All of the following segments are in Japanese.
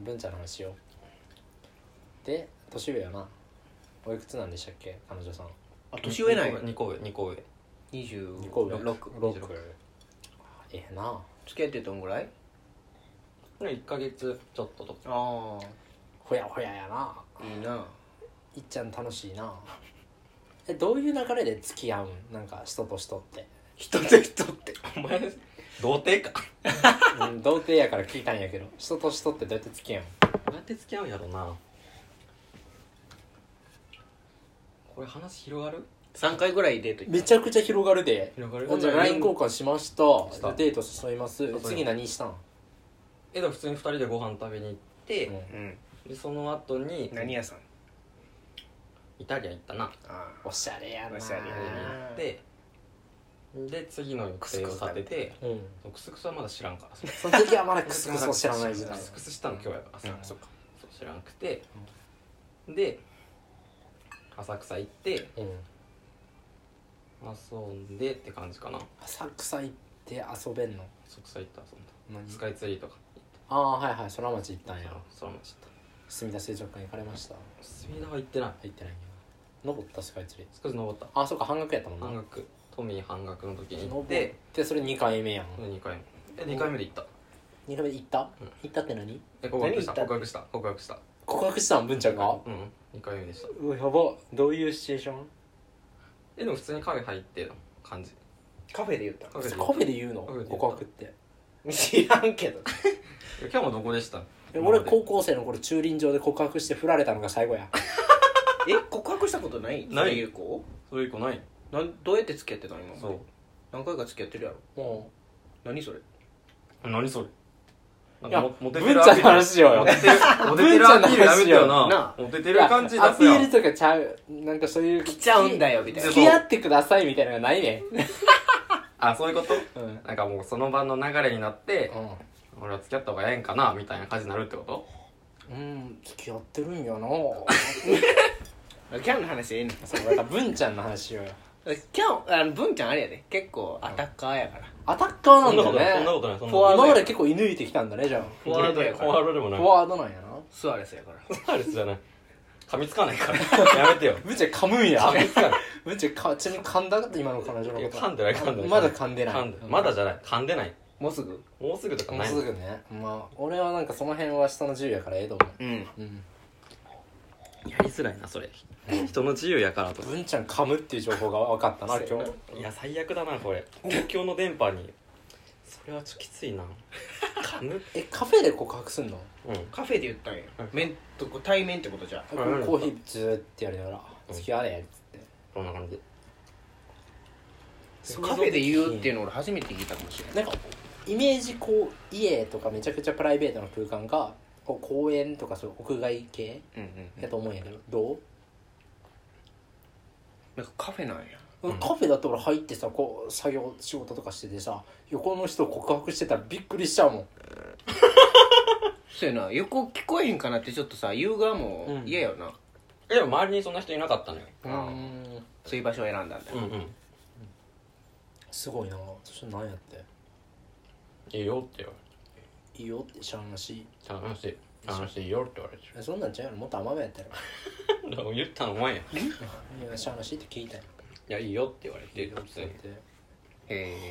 文ちゃんの話しようで年上やなおいくつなんでしたっけ彼女さんあ年上ない2個上2個上二個上26 26 6ええな付き合ってどんぐらい1か月ちょっととかあほやほややなあいいないっちゃん楽しいなえどういう流れで付き合うんなんか人と人って、人と人 ってお前童貞かうん、童貞やから聞いたんやけど人と人ってどうやって付き合うんどうやって付き合うんやろなこれ話広がる3回ぐらいデート行っためちゃくちゃ広がるで広がるほんじゃ LINE 交換しましたしたデート誘いますうそう次何したん、えでも普通に2人でご飯食べに行って、うんでその後に何屋さんイタリア行ったなあおしゃれやなおしゃれやなでで次の予定を立ててうん、クスクスはまだ知らん からそその時はまだクスクスを知らない時代クスクスしたの今日やからさ、うんそうかそう知らんくてで浅草行ってうん遊んでって感じかな浅草行って遊べんの浅草行った遊んだ何スカイツリーとかああはいはい空町行ったんやそれもちょっ墨田水族館行かれましたと隅田は行ってない入ってないんや登ったスカイツリー少し登ったあそうか半額やったもんな半額トミー半額の時に行登っっててでそれ2回目やんで2回目え2回目で行った2回目行ったうん行ったって何え告白した何行った告白した告白した告白したん文ちゃんがうん2回目でしたうわやばどういうシチュエーションえでも普通にカフェ入っての感じカフェで言ったカフェでカフェで言うのカフェで言った告白っての知らんけどえ今日もどこでしたえ俺今まで高校生の頃駐輪場で告白して振られたのが最後や え告白したことないなそういいう子それ以降ないなんどうやって付き合ってたの今まそで何回か付き合ってるやろも何それう何それなんいやかモモうテて文るちゃアんのピール話しようよモテ てるモテてるアピールやめてよななモテてる感じ出アすピーやルんとかちゃうなんかそういう来ちゃうんだよみたいな付き合ってくださいみたいなのがないねあそういうことうん、うん、なんかもうその場の流れになって俺は付き合った方がええんかなみたいな感じになるってことうん、付き合ってるん やなキャンの話ええねんそうだから文ちゃんの話しようよキャンあの文ちゃんあれやで結構アタッカーやからアタッカーなんだそんなよこねとないそんなことないそんフォなことワな今ーいドまやで結構射抜いてきたんだねじゃあフォワードやかフォワーらドでもなフォいフォワードなんやなスアレスやからワードじゃない噛みつかないからやめてよ文ちゃん噛むんや噛みつかない文ちゃんかちなみに噛んだかって今の彼女のいやこと噛んでない噛んでないまだ噛んでない噛んでまだじゃない噛んでないもうすぐもうすぐとかもうないすぐねまあ俺はなんかその辺は下の自由やからええと思うんううんやりづらいなそれ人の自由やからと文ちゃん噛むっていう情報が分かったな今日いや最悪だなこれ公共の電波にそれはちょっときついな噛むえカフェで告白すんのうんカフェで言ったんやはい面とこ対面ってことじゃコうんーヒーずーってやりながらうん付き合われやっつってこんな感じカフェで言うっていうのの俺初めて聞いたかもしれないなんかイメージこう家とかめちゃくちゃプライベートな空間がこう公園とかそういう屋外系うんうんやと思うんやけどどうなんかカフェなんやうんカフェだって俺入ってさこう作業仕事とかしててさ横の人告白してたらびっくりしちゃうもんそうやな横聞こえへんかなってちょっとさ言う側もうん嫌よなえでも周りにそんな人いなかったのようんそういう場所を選んだんだうんうんすごいなそして何やっていいよって言わいいよって知らんらしいれて楽しい楽しいよって言われてえそんなんちゃうやろもっと甘めやったらる でも言ったのお前やいや知らんらしいって聞いたよいやいいよって言われて普通にへえ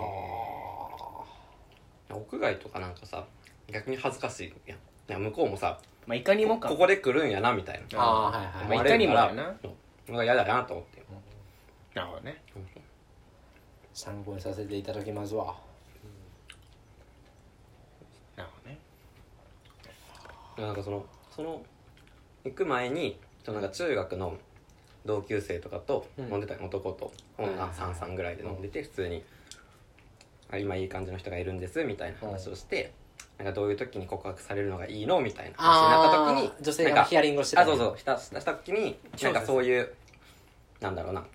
屋外とかなんかさ逆に恥ずかしいやんいや向こうもさまあいかにもかここで来るんやなみたいなああーはいはい、まあバいレかるにかもらだななんか嫌だなと思ってなるほどね参考にさせていただきますわなるほどねなんかそのその行く前にそのなんか中学の同級生とかとうん飲んでたよ、男とはいはい女はい三三ぐらいで飲んでて普通に「あ今いい感じの人がいるんです」みたいな話をして、なんかどういう時に告白されるのがいいのみたいな話になった時に女性なんがかヒアリングをしてたあそうそうしたしたした時になんかそういうなんだろうな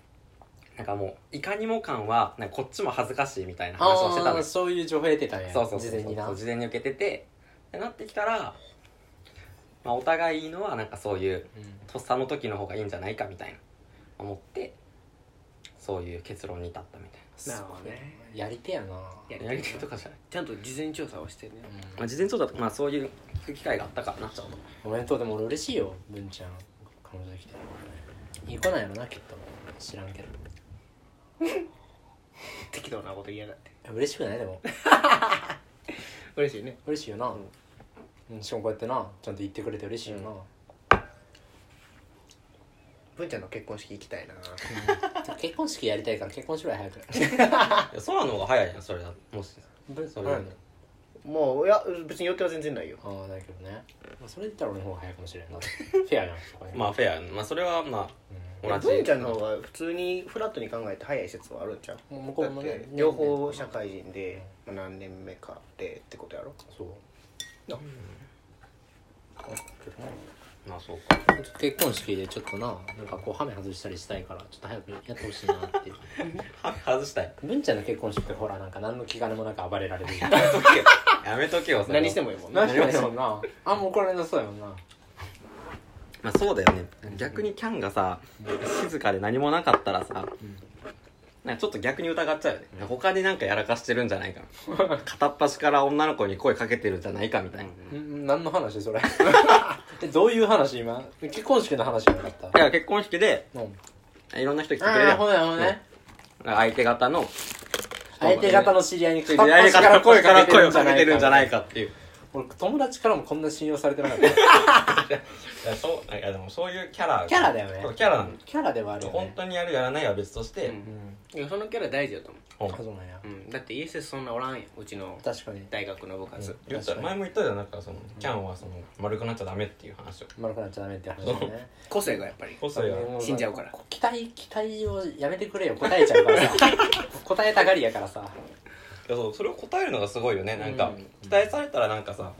なんかもういかにも感はなんかこっちも恥ずかしいみたいな話をしてたんあでーすそういう情報得てたんやそうそうそ事う前になそう事前に受けててってなってきたら、まあ、お互いいいのはなんかそういううんとっさの時の方がいいんじゃないかみたいな思ってそういう結論に至ったみたいななるほどねやり手やなややりり手手とかじゃない、ちゃんと事前調査をしてねまあ、事前調査とか、まあ、そういう聞く機会があったからなちょうどおめでとうでも俺嬉しいよ文ちゃん彼女できて行かないやろなきっと知らんけど適当なこと言いやがって嬉しくないでも嬉しいね嬉しいよな、うん、しかもこうやってなちゃんと言ってくれて嬉しいよな、文ちゃんの結婚式行きたいな結婚式やりたいから結婚しろよ早くいや空の方が早いやんそれだもしぶそそううだなよんねだもういや別に予定は全然ないよああだけどね、まあ、それ言ったら俺の方が早いかもしれんなフェアやんそこにまあフェアやんまあそれはまうあ同じ文ちゃんの方が普通にフラットに考えて早い説はあるんちゃうもう向こうもだっねて両方社会人でまあ何年目かでってことやろそうなまあそうか結婚式でちょっとななんかこうハメ外したりしたいからちょっと早くやってほしいなっていうは外したい文ちゃんの結婚式ってほらなんか何の気兼ねもなく暴れられるやめとけよやめとけよそれは何してもいいもん何ねしてもいいも んなあんま怒られなそうやもんなまあそうだよね逆にキャンがさ静かで何もなかったらさなんかちょっと逆に疑っちゃうよね他になんかやらかしてるんじゃない か片っ端から女の子に声かけてるんじゃないかみたいな、ん何の話それ えどういう話今結婚式の話じゃなかっただから結婚式でうんいろんな人来てくれるあやあんほんねほんねうん相手方の相手方の知り合いに知片り合っい端から方声声かかけて声るをんじゃかなけいてるんじゃないかかっていう俺友達からもこんな信用されてなかったいやそういやでもそういうキャラキャラだよねそうキャラなのキャラではあるよ本ね当にやるやらないは別として、うんうんいやそのキャラ大事だと思うんあそうなんやう、うん、だって ESS そんなおらんやんうちの確かに大学の部活、言ったら前も言ったじゃんなんかそのキャンはその丸くなっちゃダメっていう話を丸くなっちゃダメって話だね個性がやっぱり個性がも死んじゃうから期待期待をやめてくれよ答えちゃう からさ答えたがりやからさいやそうそれを答えるのがすごいよねなんか、うん期待されたらなんかさ、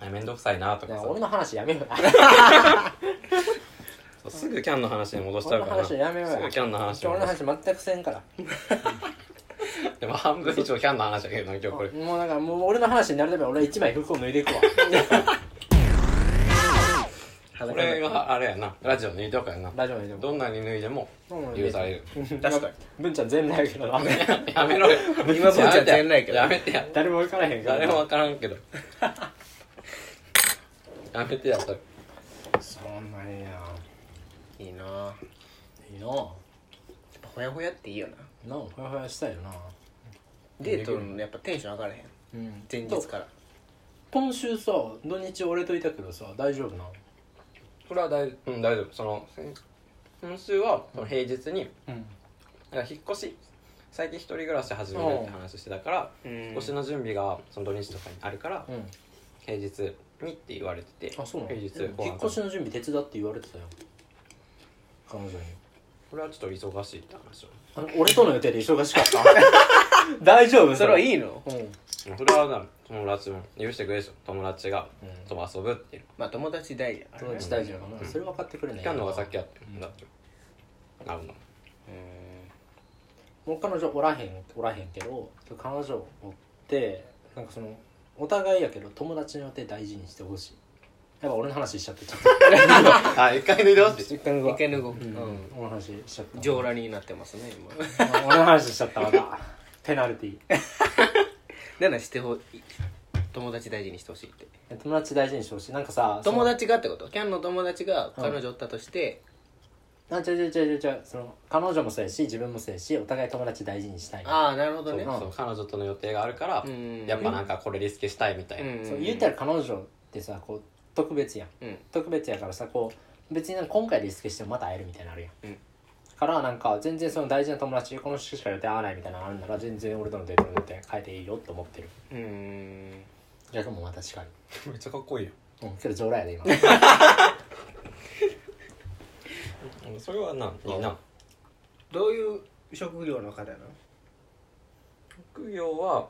あ面倒くさいなとなかんさか俺の話やめようよそうすぐキャンの話に戻しちゃ俺うのからな話やめようすぐよキャンの話に俺の戻す話全くせんからでも半分以上キャンの話だけどな今日これもうなんかもう俺の話になるために俺は一枚服を脱いでい くわこれはあれやなラジオ抜いとかやなラジオにでもどんなに脱いでもうん許される確かに文ちゃん全裸やけどなやめろよ今文ちゃんやめ全て然やけどやめてや誰も分からへんから誰もわからんけどやめてやそれそうなんやいいなぁやいいなあっぱほやほやっていいよななあほやほやしたいよなデートのやっぱテンション上がらへうんん前日から今週さ土日俺といたけどさ大丈夫なそれは大,、うん、大丈夫その先今週はその平日にうんなんか引っ越し最近一人暮らし始めるって話してたから、うん引っ越しの準備がその土日とかにあるから、うん平日にって言われててあそうなの平日ご飯引っ越しの準備手伝って言われてたよ彼女にこれはちょっと忙しいって話をあ俺との予定で忙しかった大丈夫それはいいのうんそれはな友達も許してくれるでしょ友達がうんと遊ぶっていうまあ友達大事やから友ね達大事だからなそれ分かってくれない期間の方が先やってんだって、な るほどもう彼女おらへんおらへんけど彼女を追ってなんかそのお互いやけど友達の予定大事にしてほしいやっぱ俺の話しちゃってちょっとあ一回脱いでほしい一回う目ん一回脱ごうううんん俺の話しちゃった上裸になってますね今あ俺の話しちゃったまたペナルティならしてほ友達大事にしてほしいって友達大事にしてほしいなんかさ友達がってことキャンの友達が彼女おったとして、そのあ違う違う違う違うその彼女もそうやし自分もそうやしお互い友達大事にしたいああなるほどねそうそう彼女との予定があるから、うんやっぱなんかこれリスケしたいみたいな、んそう言ったら彼女ってさこう特別やんうん特別やからさこう別になんか今回リスケしてもまた会えるみたいなのあるやん、うんからなんか全然その大事な友達この人しか予定合わないみたいなのあるなら全然俺とのデートの予定変えていいよって思ってるうん逆もまた近い めっちゃかっこいいようんけど上来やでそれはな、いいなどういう職業の方なの副業は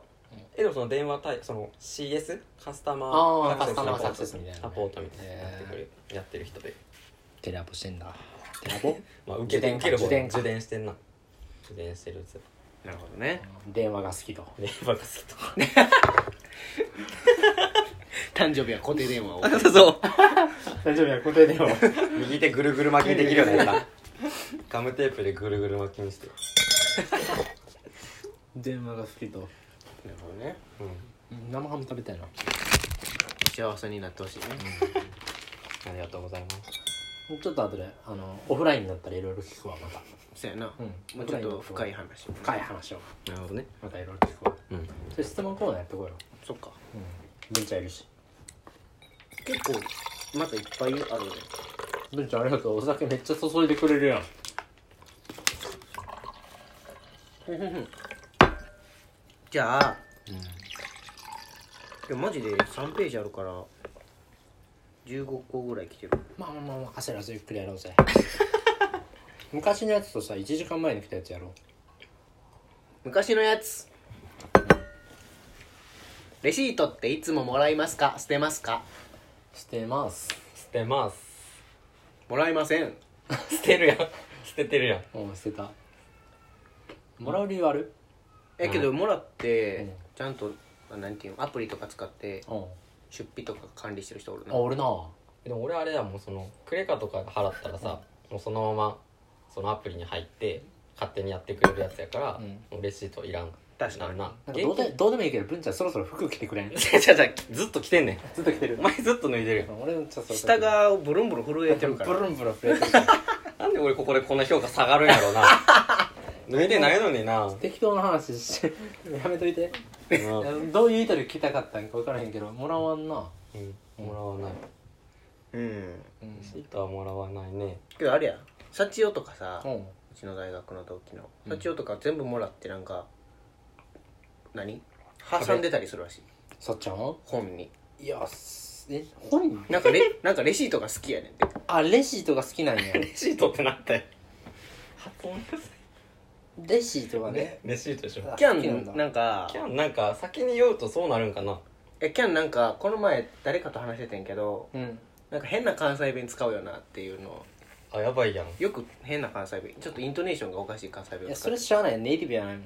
えでもその電話対その CS カスタマあーーサクセスカスタマーサポートサクセスみたいなねサポートみたいなへーやってくれるやってる人で テレアポしてんだテレアポまあ受けて受ける方受電か受電してんな受電してるや つなるほどね電話が好きと電話が好きとか誕生日は固定電話をそう大丈夫や固定電話右 手ぐるぐる巻きにできるようになったガムテープでぐるぐる巻きにして 電話が好きとなるほどね、うん生ハム食べたいな幸せになってほしいね、ありがとうございますちょっと後であのオフラインになったらいろいろ聞くわまたそうやな、うんもうちょっと深い話深い話をなるほどねまたいろいろ聞くわうんそれ質問コーナーやってこいよそっかうん文ちゃんいるし結構またいっぱいあるね文ちゃんありがとうお酒めっちゃ注いでくれるやんふんふんふんじゃあ、いやマジで3ページあるから15個ぐらい来てるまあまあまあまあ焦らずゆっくりやろ うぜ昔のやつとさ1時間前に来たやつやろう昔のやつレシートっていつももらいますか捨てますかしてます捨てますもらいません捨てるやん捨ててるやんうん捨てたもらう理由あるえけどもらって、うんちゃんとあなんていうのアプリとか使ってうんあ出費とか管理してる人おるな俺なでも俺あれだもんそのクレカとか払ったらさもうそのままそのアプリに入って勝手にやってくれるやつやから、うんもうレシートいらん確なかるにななんかどうでどうでもいいけど文ちゃんそろそろ服着てくれんず現金 違う違うずっと着てんねんっと着てるお前ずっと脱いでるやん俺のちょっと下がブルンブルン震えてブルるンブからルン震えてるからなんで俺ここでこんな評価下がるんやろうな脱いでないのにな、適当な話してやめといてうんいやどういう意図で着たかったんか分からへんけどもらわんなうん、もらわないうんうんレシートはもらわないねけどあれや幸代とかさ、ううんちの大学の同期のうん幸代とか全部もらってなんか何挟んでたりするらしいさっちゃん本 にいやすえ本人なんかレなんかレシートが好きやねんてあレシートが好き なんやレシートってなったよ発音がレシートがねねレシートでしょあキャ好きなんンだなんかキャンなんか先に言うとそうなるんかなえキャンなんかこの前誰かと話しててんけどうんなんか変な関西弁使うよなっていうのをあやばいやんよく変な関西弁ちょっとイントネーションがおかしい関西い弁をや使そうれ知らないネイティブやないもん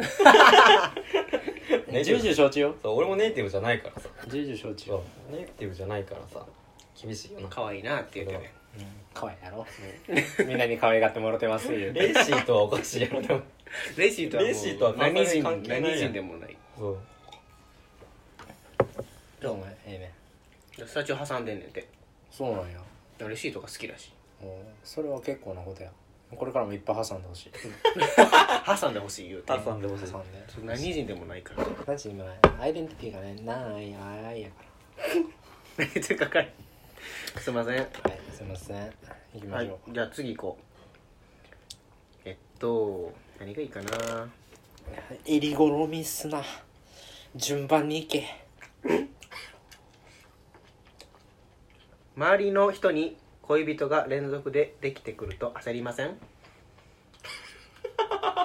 ネイテ重ィブ々承知よそう俺もネイティブじゃないからさ重々承知違うよネイティブじゃないからさ厳しいよな可愛いなって言うてね可愛いやろみんなに可愛がってもろてますよレシートはおかしいやろでもレシートはもうレシートは関何西人弁関係ないやん何人でもないそうどうもええねスタジオ挟んでんねんてそうなんやレシートが好きらしいもうそれは結構なことやこれからもいっぱい挟んでほしい挟んでほしい言うてんでほし挟んで何人でもないからマジ今アイデンティティがねないあいやかめっちゃ高いすいませんらはいすいません行きまはしいょじゃあ次行こうえっと何がいいかなうえりごろみすな順番に行け周りの人に恋人が連続でできてくると焦りま せん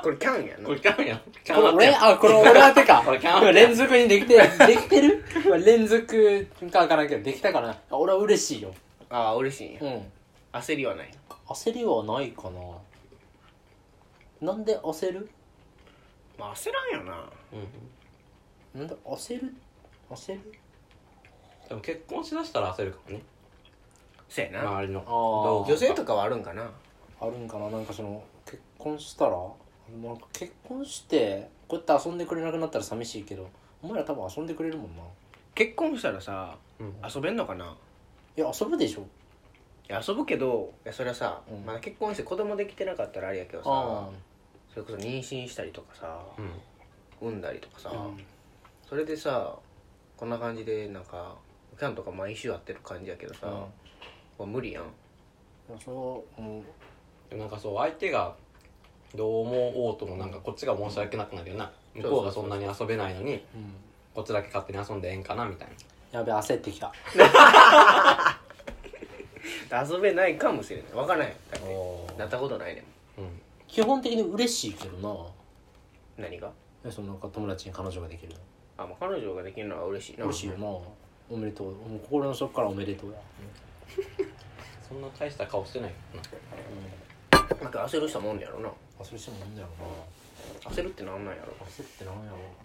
これキャンやなこれキャンやんキャンこれあ俺ったやんあこれ俺当てかこれキャンプや連続にできてできてるまあ連続かわからんけどできたかなあ俺は嬉しいよああ嬉しいんやうん焦りはない焦りはないかななんで焦るまあ焦らんよなうんなんで焦る焦るでも結婚しだしたら焦るかもねせやな、周りあのあ女性とかはあるんかなあるんかななんかその結婚したらなんか結婚してこうやって遊んでくれなくなったら寂しいけどお前ら多分遊んでくれるもんな結婚したらさうん遊べんのかないや遊ぶでしょいや遊ぶけどいやそれはさ、うんまだ結婚して子供できてなかったらあれやけどさあそれこそ妊娠したりとかさ、うん産んだりとかさ、あうんそれでさこんな感じでなんかキャンとか毎週会ってる感じやけどさ、うんこれ無理やんいやそれはもうでもなんかそう相手がどう思おうともなんかこっちが申し訳なくなるよな向こうがそんなに遊べないのにうんこっちだけ勝手に遊んでええんかなみたいなやべ焦ってきた遊べないかもしれない分からないだっておなったことないねんうん基本的に嬉しいけどな何がえそのなんか友達に彼女ができるのあ、まあ、彼女ができるのは嬉しいな嬉しいよなおめでとうもう心の底からおめでとうやそんな大した顔してないよなんか焦るしたもんやろな焦る人もいるんだよ焦るってなんなんやろな焦ってなんや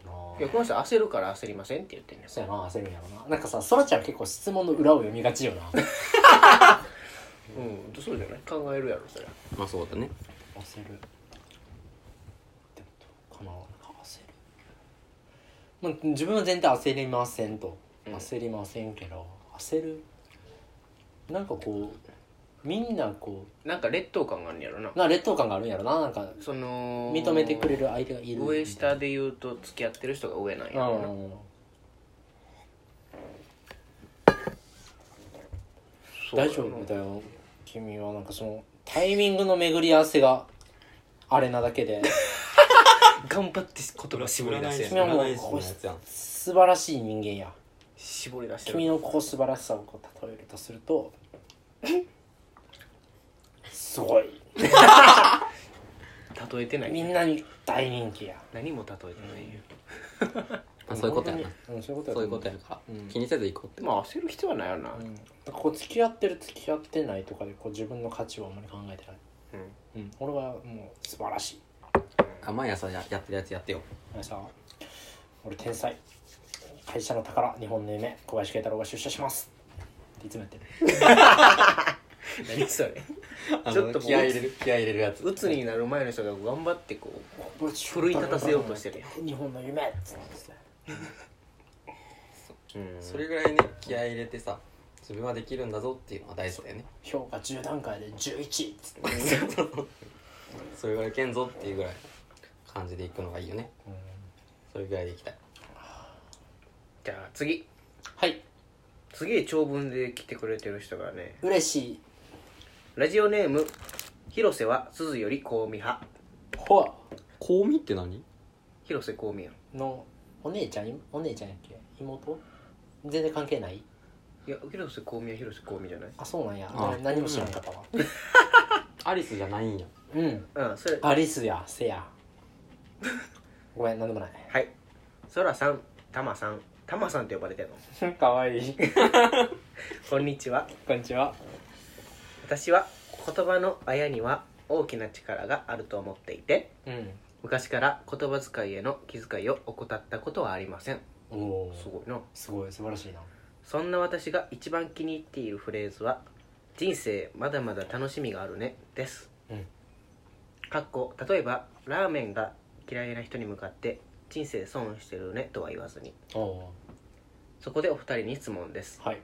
ろいやなこの人焦るから焦りませんって言ってんねんそうやな焦るんやろななんかさそらちゃん結構質問の裏を読みがち よなうんそうじゃない考えるやろそれなまあそうだね焦るってことかななんか焦るまあ、自分は全然焦りませんとうん焦りませんけど、焦るなんかこうみんなこなんか劣等感があるんやろなうな劣等感があるんやろななんかその認めてくれる相手がいる上下で言うと付き合ってる人が上なんやうろなんそうや大な丈夫だよ君はなんかそのタイミングの巡り合わせがあれなだけ で頑張って言葉絞り出して君るはも占うい師このうやつやん素晴らしい人間や絞り出して君るのこう素晴らしさをこう例えるとするとすごい例えてないみんなに大人気や何も例えてないよあそういうことやなうんそういうことやそういう思ことやから、うん気にせず行こうでも焦る必要はないよなうん、なんかこう付き合ってる付き合ってないとかでこう自分の価値をあんまり考えてない、うんうん、俺はもう素晴らしいあ毎朝ややってるやつやってよ皆さん俺天才会社の宝日本の夢小林慶太郎が出社しますっていつもやってる何それ あのちょっともう気合い入れる気合い入れるやつ鬱になる前の人が頑張ってこう奮奮い立たせようとしてるや日本の夢っつってさそれぐらいね気合い入れてさ自分はできるんだぞっていうのは大事だよね 評価10段階で11っつって、それぐらいいけんぞっていうぐらい感じでいくのがいいよねそれぐらいでいきたいじゃあ次はいすげえ長文で来てくれてる人がね嬉しいラジオネーム広瀬は鈴より香美派ほわ香味って何広瀬香美やんのお姉ちゃんいお姉ちゃんやっけ妹全然関係ないいや広瀬香美は広瀬香美じゃないあそうなんやあな何も知らなかったわアリスじゃないんやうんうんそれアリスやせやごめん何でもないはいそらさんたまさんたまさんって呼ばれてるのかわいいこんにちはこんにちは私は言葉のあやには大きな力があると思っていてうん昔から言葉遣いへの気遣いを怠ったことはありませんおおすごいなすごい素晴らしいなそんな私が一番気に入っているフレーズは「人生まだまだ楽しみがあるね」です、うんかっこ例えばラーメンが嫌いな人に向かって「人生損してるね」とは言わずにおおそこでお二人に質問ですはい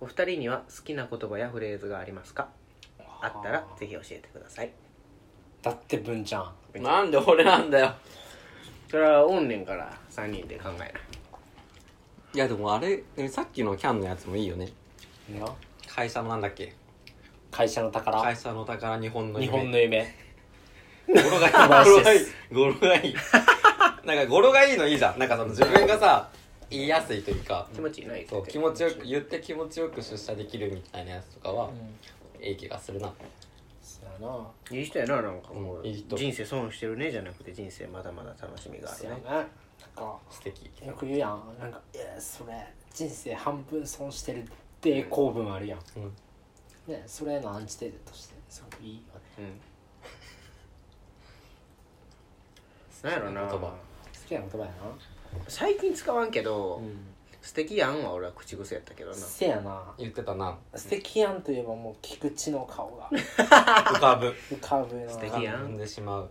お二人には好きな言葉やフレーズがありますかあったらぜひ教えてくださいだって文ちゃんなんで俺なんだよそれはおんねんから3人で考えないやでもあれさっきのキャンのやつもいいよねいいよ会社のなんだっけ会社の会宝社の宝日本の日夢本の夢語呂がい素い晴らしいで す語呂がいい語呂がいいなんか語呂がいいのいいじゃんなんかその自分がさ言いやすいというか気持ちいいないそう気持ちよく言って気持ちよく出社できるみたいなやつとかは、うんいい気がするなそやないい人やななんかもう、うんいい人人生損してるねじゃなくて人生まだまだ楽しみがあそるやねななんか素敵よく言うやんなんか「いやそれ人生半分損してる」って構文あるやん、うんねそれのアンチテーゼとしてすごくいいよねうんなんやろな言葉好きな言葉やな最近使わんけど、うん素敵やんは俺は口癖やったけどなせやな言ってたな素敵やんといえばもう菊池の顔が浮かぶ浮かぶな素浮敵かやんんでしまう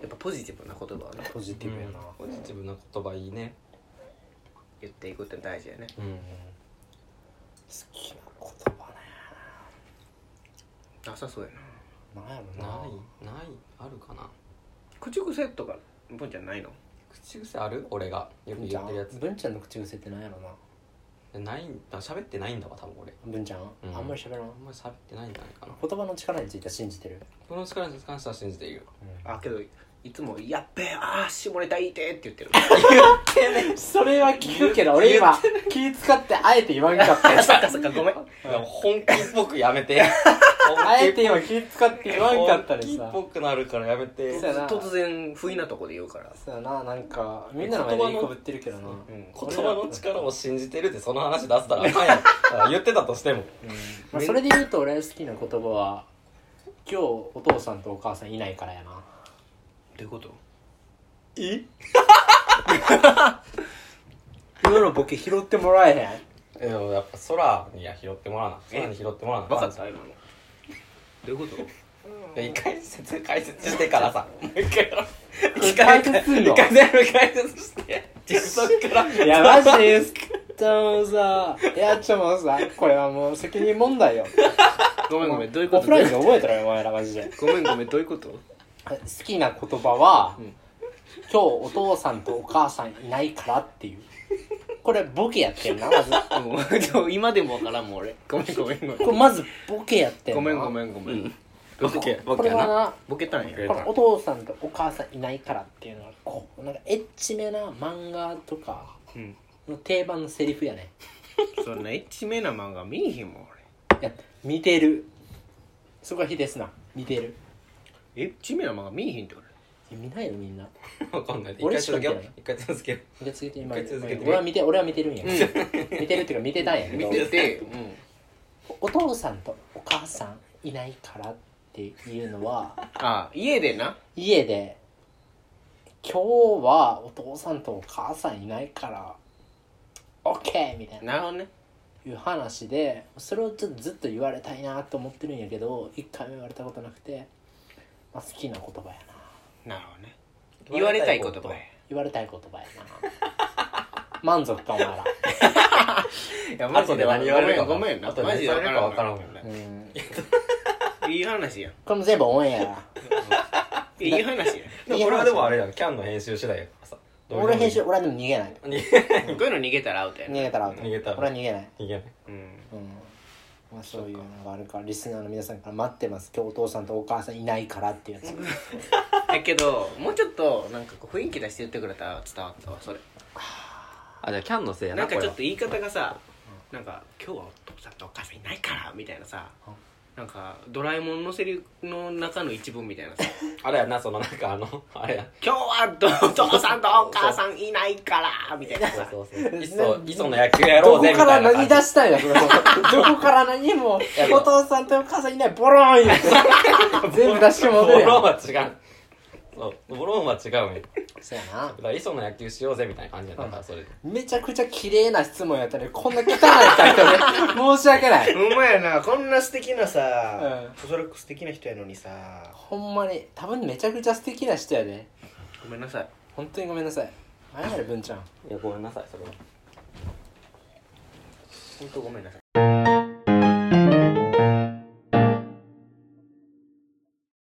やっぱポジティブな言葉をねポジティブやな、ポジティブな言葉いいね言っていくって大事やねうん好きな言葉ねなさそうやななんやろなないないあるかな口癖とか文ちゃんないの口癖ある俺がよく文ち言ゃっんてるやつ文ちゃんの口癖ってなんやろなないんだ喋ってないんだわ多分俺文ちゃん、うんあんまり喋らんあんまり喋ってないんじゃないかな言葉の力については信じてる、この力に関しては信じているあけどいつも「やっべえあー下ネタいいて」って言ってるそれは聞くけど俺今気使ってあえて言わんかったやつそっかそっかごめんいや本気っぽくやめてあえて今気使って言わんかったで本気さっぽくなるからやめてそうやな突然不意なとこで言うからそうやななんかみんなの前でいいこぶってるけどな、うん言葉の力を信じてるってその話出せたらあかんやんだから言ってたとしてもまあ、それで言うと俺好きな言葉は今日お父さんとお母さんいないからやなどういうことえ今のボケ拾ってもらえへん でもやっぱ空には拾ってもらわな空に拾ってもらわな分かった今のどういうこといや一回説解説してからさもう一回やろう一解回説すんの一回全部解説してそっからいや、マジで言うともうさ、いや、ちょ、もうさ、これはもう責任問題よ。ごめんごめんどういうこオとフラインで覚えたらよ、お前らマジで。ごめんごめんどういうこと好きな言葉は、うん今日お父さんとお母さんいないからっていう。これ、ボケやってんな、まず。もうでも今でもわからんもん俺ごめんごめんごめんこれ、まず、ボケやってんな。ごめんごめん。んごうめんん僕やこ僕れやはなな、ボケたんやこのお父さんとお母さんいないからっていうのは、こう、なんかエッチめな漫画とかうんの定番のセリフやね。そんなエッチめな漫画見えへんもんいや、似てる。そこは非ですな。似てる。俺エッチめな漫画見えへんって俺いや見ないよ、みんな。わかんない一俺回しか続見てけよないう一回続けようじゃあ続いて今一回続けて俺は見て俺は見てるんや、見てるって いうか見てたんやけどてうんお父さんとお母さんいないからっていうのは あ家でな家で「今日はお父さんとお母さんいないからオッケーみたいななるほどねいう話でそれをちょっとずっと言われたいなと思ってるんやけど一回も言われたことなくて、まあ、好きな言葉やななるほどね言われたい言葉や言われたい言葉やな満足かお前らいや後で何言われるかごめんな後でマ何ジで言われるかわか分かららんんもんねうんいい話やんこれも全部オンエアやいい話やでもこれはでもあれだよキャンの編集次第やからさ俺編集俺はでも逃げないんこういうの逃げたらアウトや逃なげたらアウト逃げたら俺は逃げない逃げないうんうんまあそういうのがあるからリスナーの皆さんから待ってます今日お父さんとお母さんいないからっていうやつだけどもうちょっとなんかこう雰囲気出して言ってくれたら伝わったわそれあじゃあキャンのせいやななんかちょっとこれは言い方がさなんか「今日はお父さんとお母さんいないから」みたいなさうんなんかドラえもんのセリフの中の一文みた いなさあれやなそのなんかあの あれや「今日はお父さんとお母さんいないから」みたいなそうさそうそういっそいっその野球 やろどうこぜみかたらいな感何じ出した んやそれどこから何もおやいや父さんとお母さんいないボローン や全部出してもボうてるやんロンは違うそうボロンは違うんよそうやなだから磯の野球しようぜみたいな感じやったからそれでめちゃくちゃ綺麗な質問やったねこんな汚い回答ね申し訳ないほんまやなこんな素敵なうさんそれ素敵な人やのにさほんまに多分めちゃくちゃ素敵な人やねごめんなさい本当にごめんなさい何やれ文ちゃんいやごめんなさいそれは本当ごめんなさい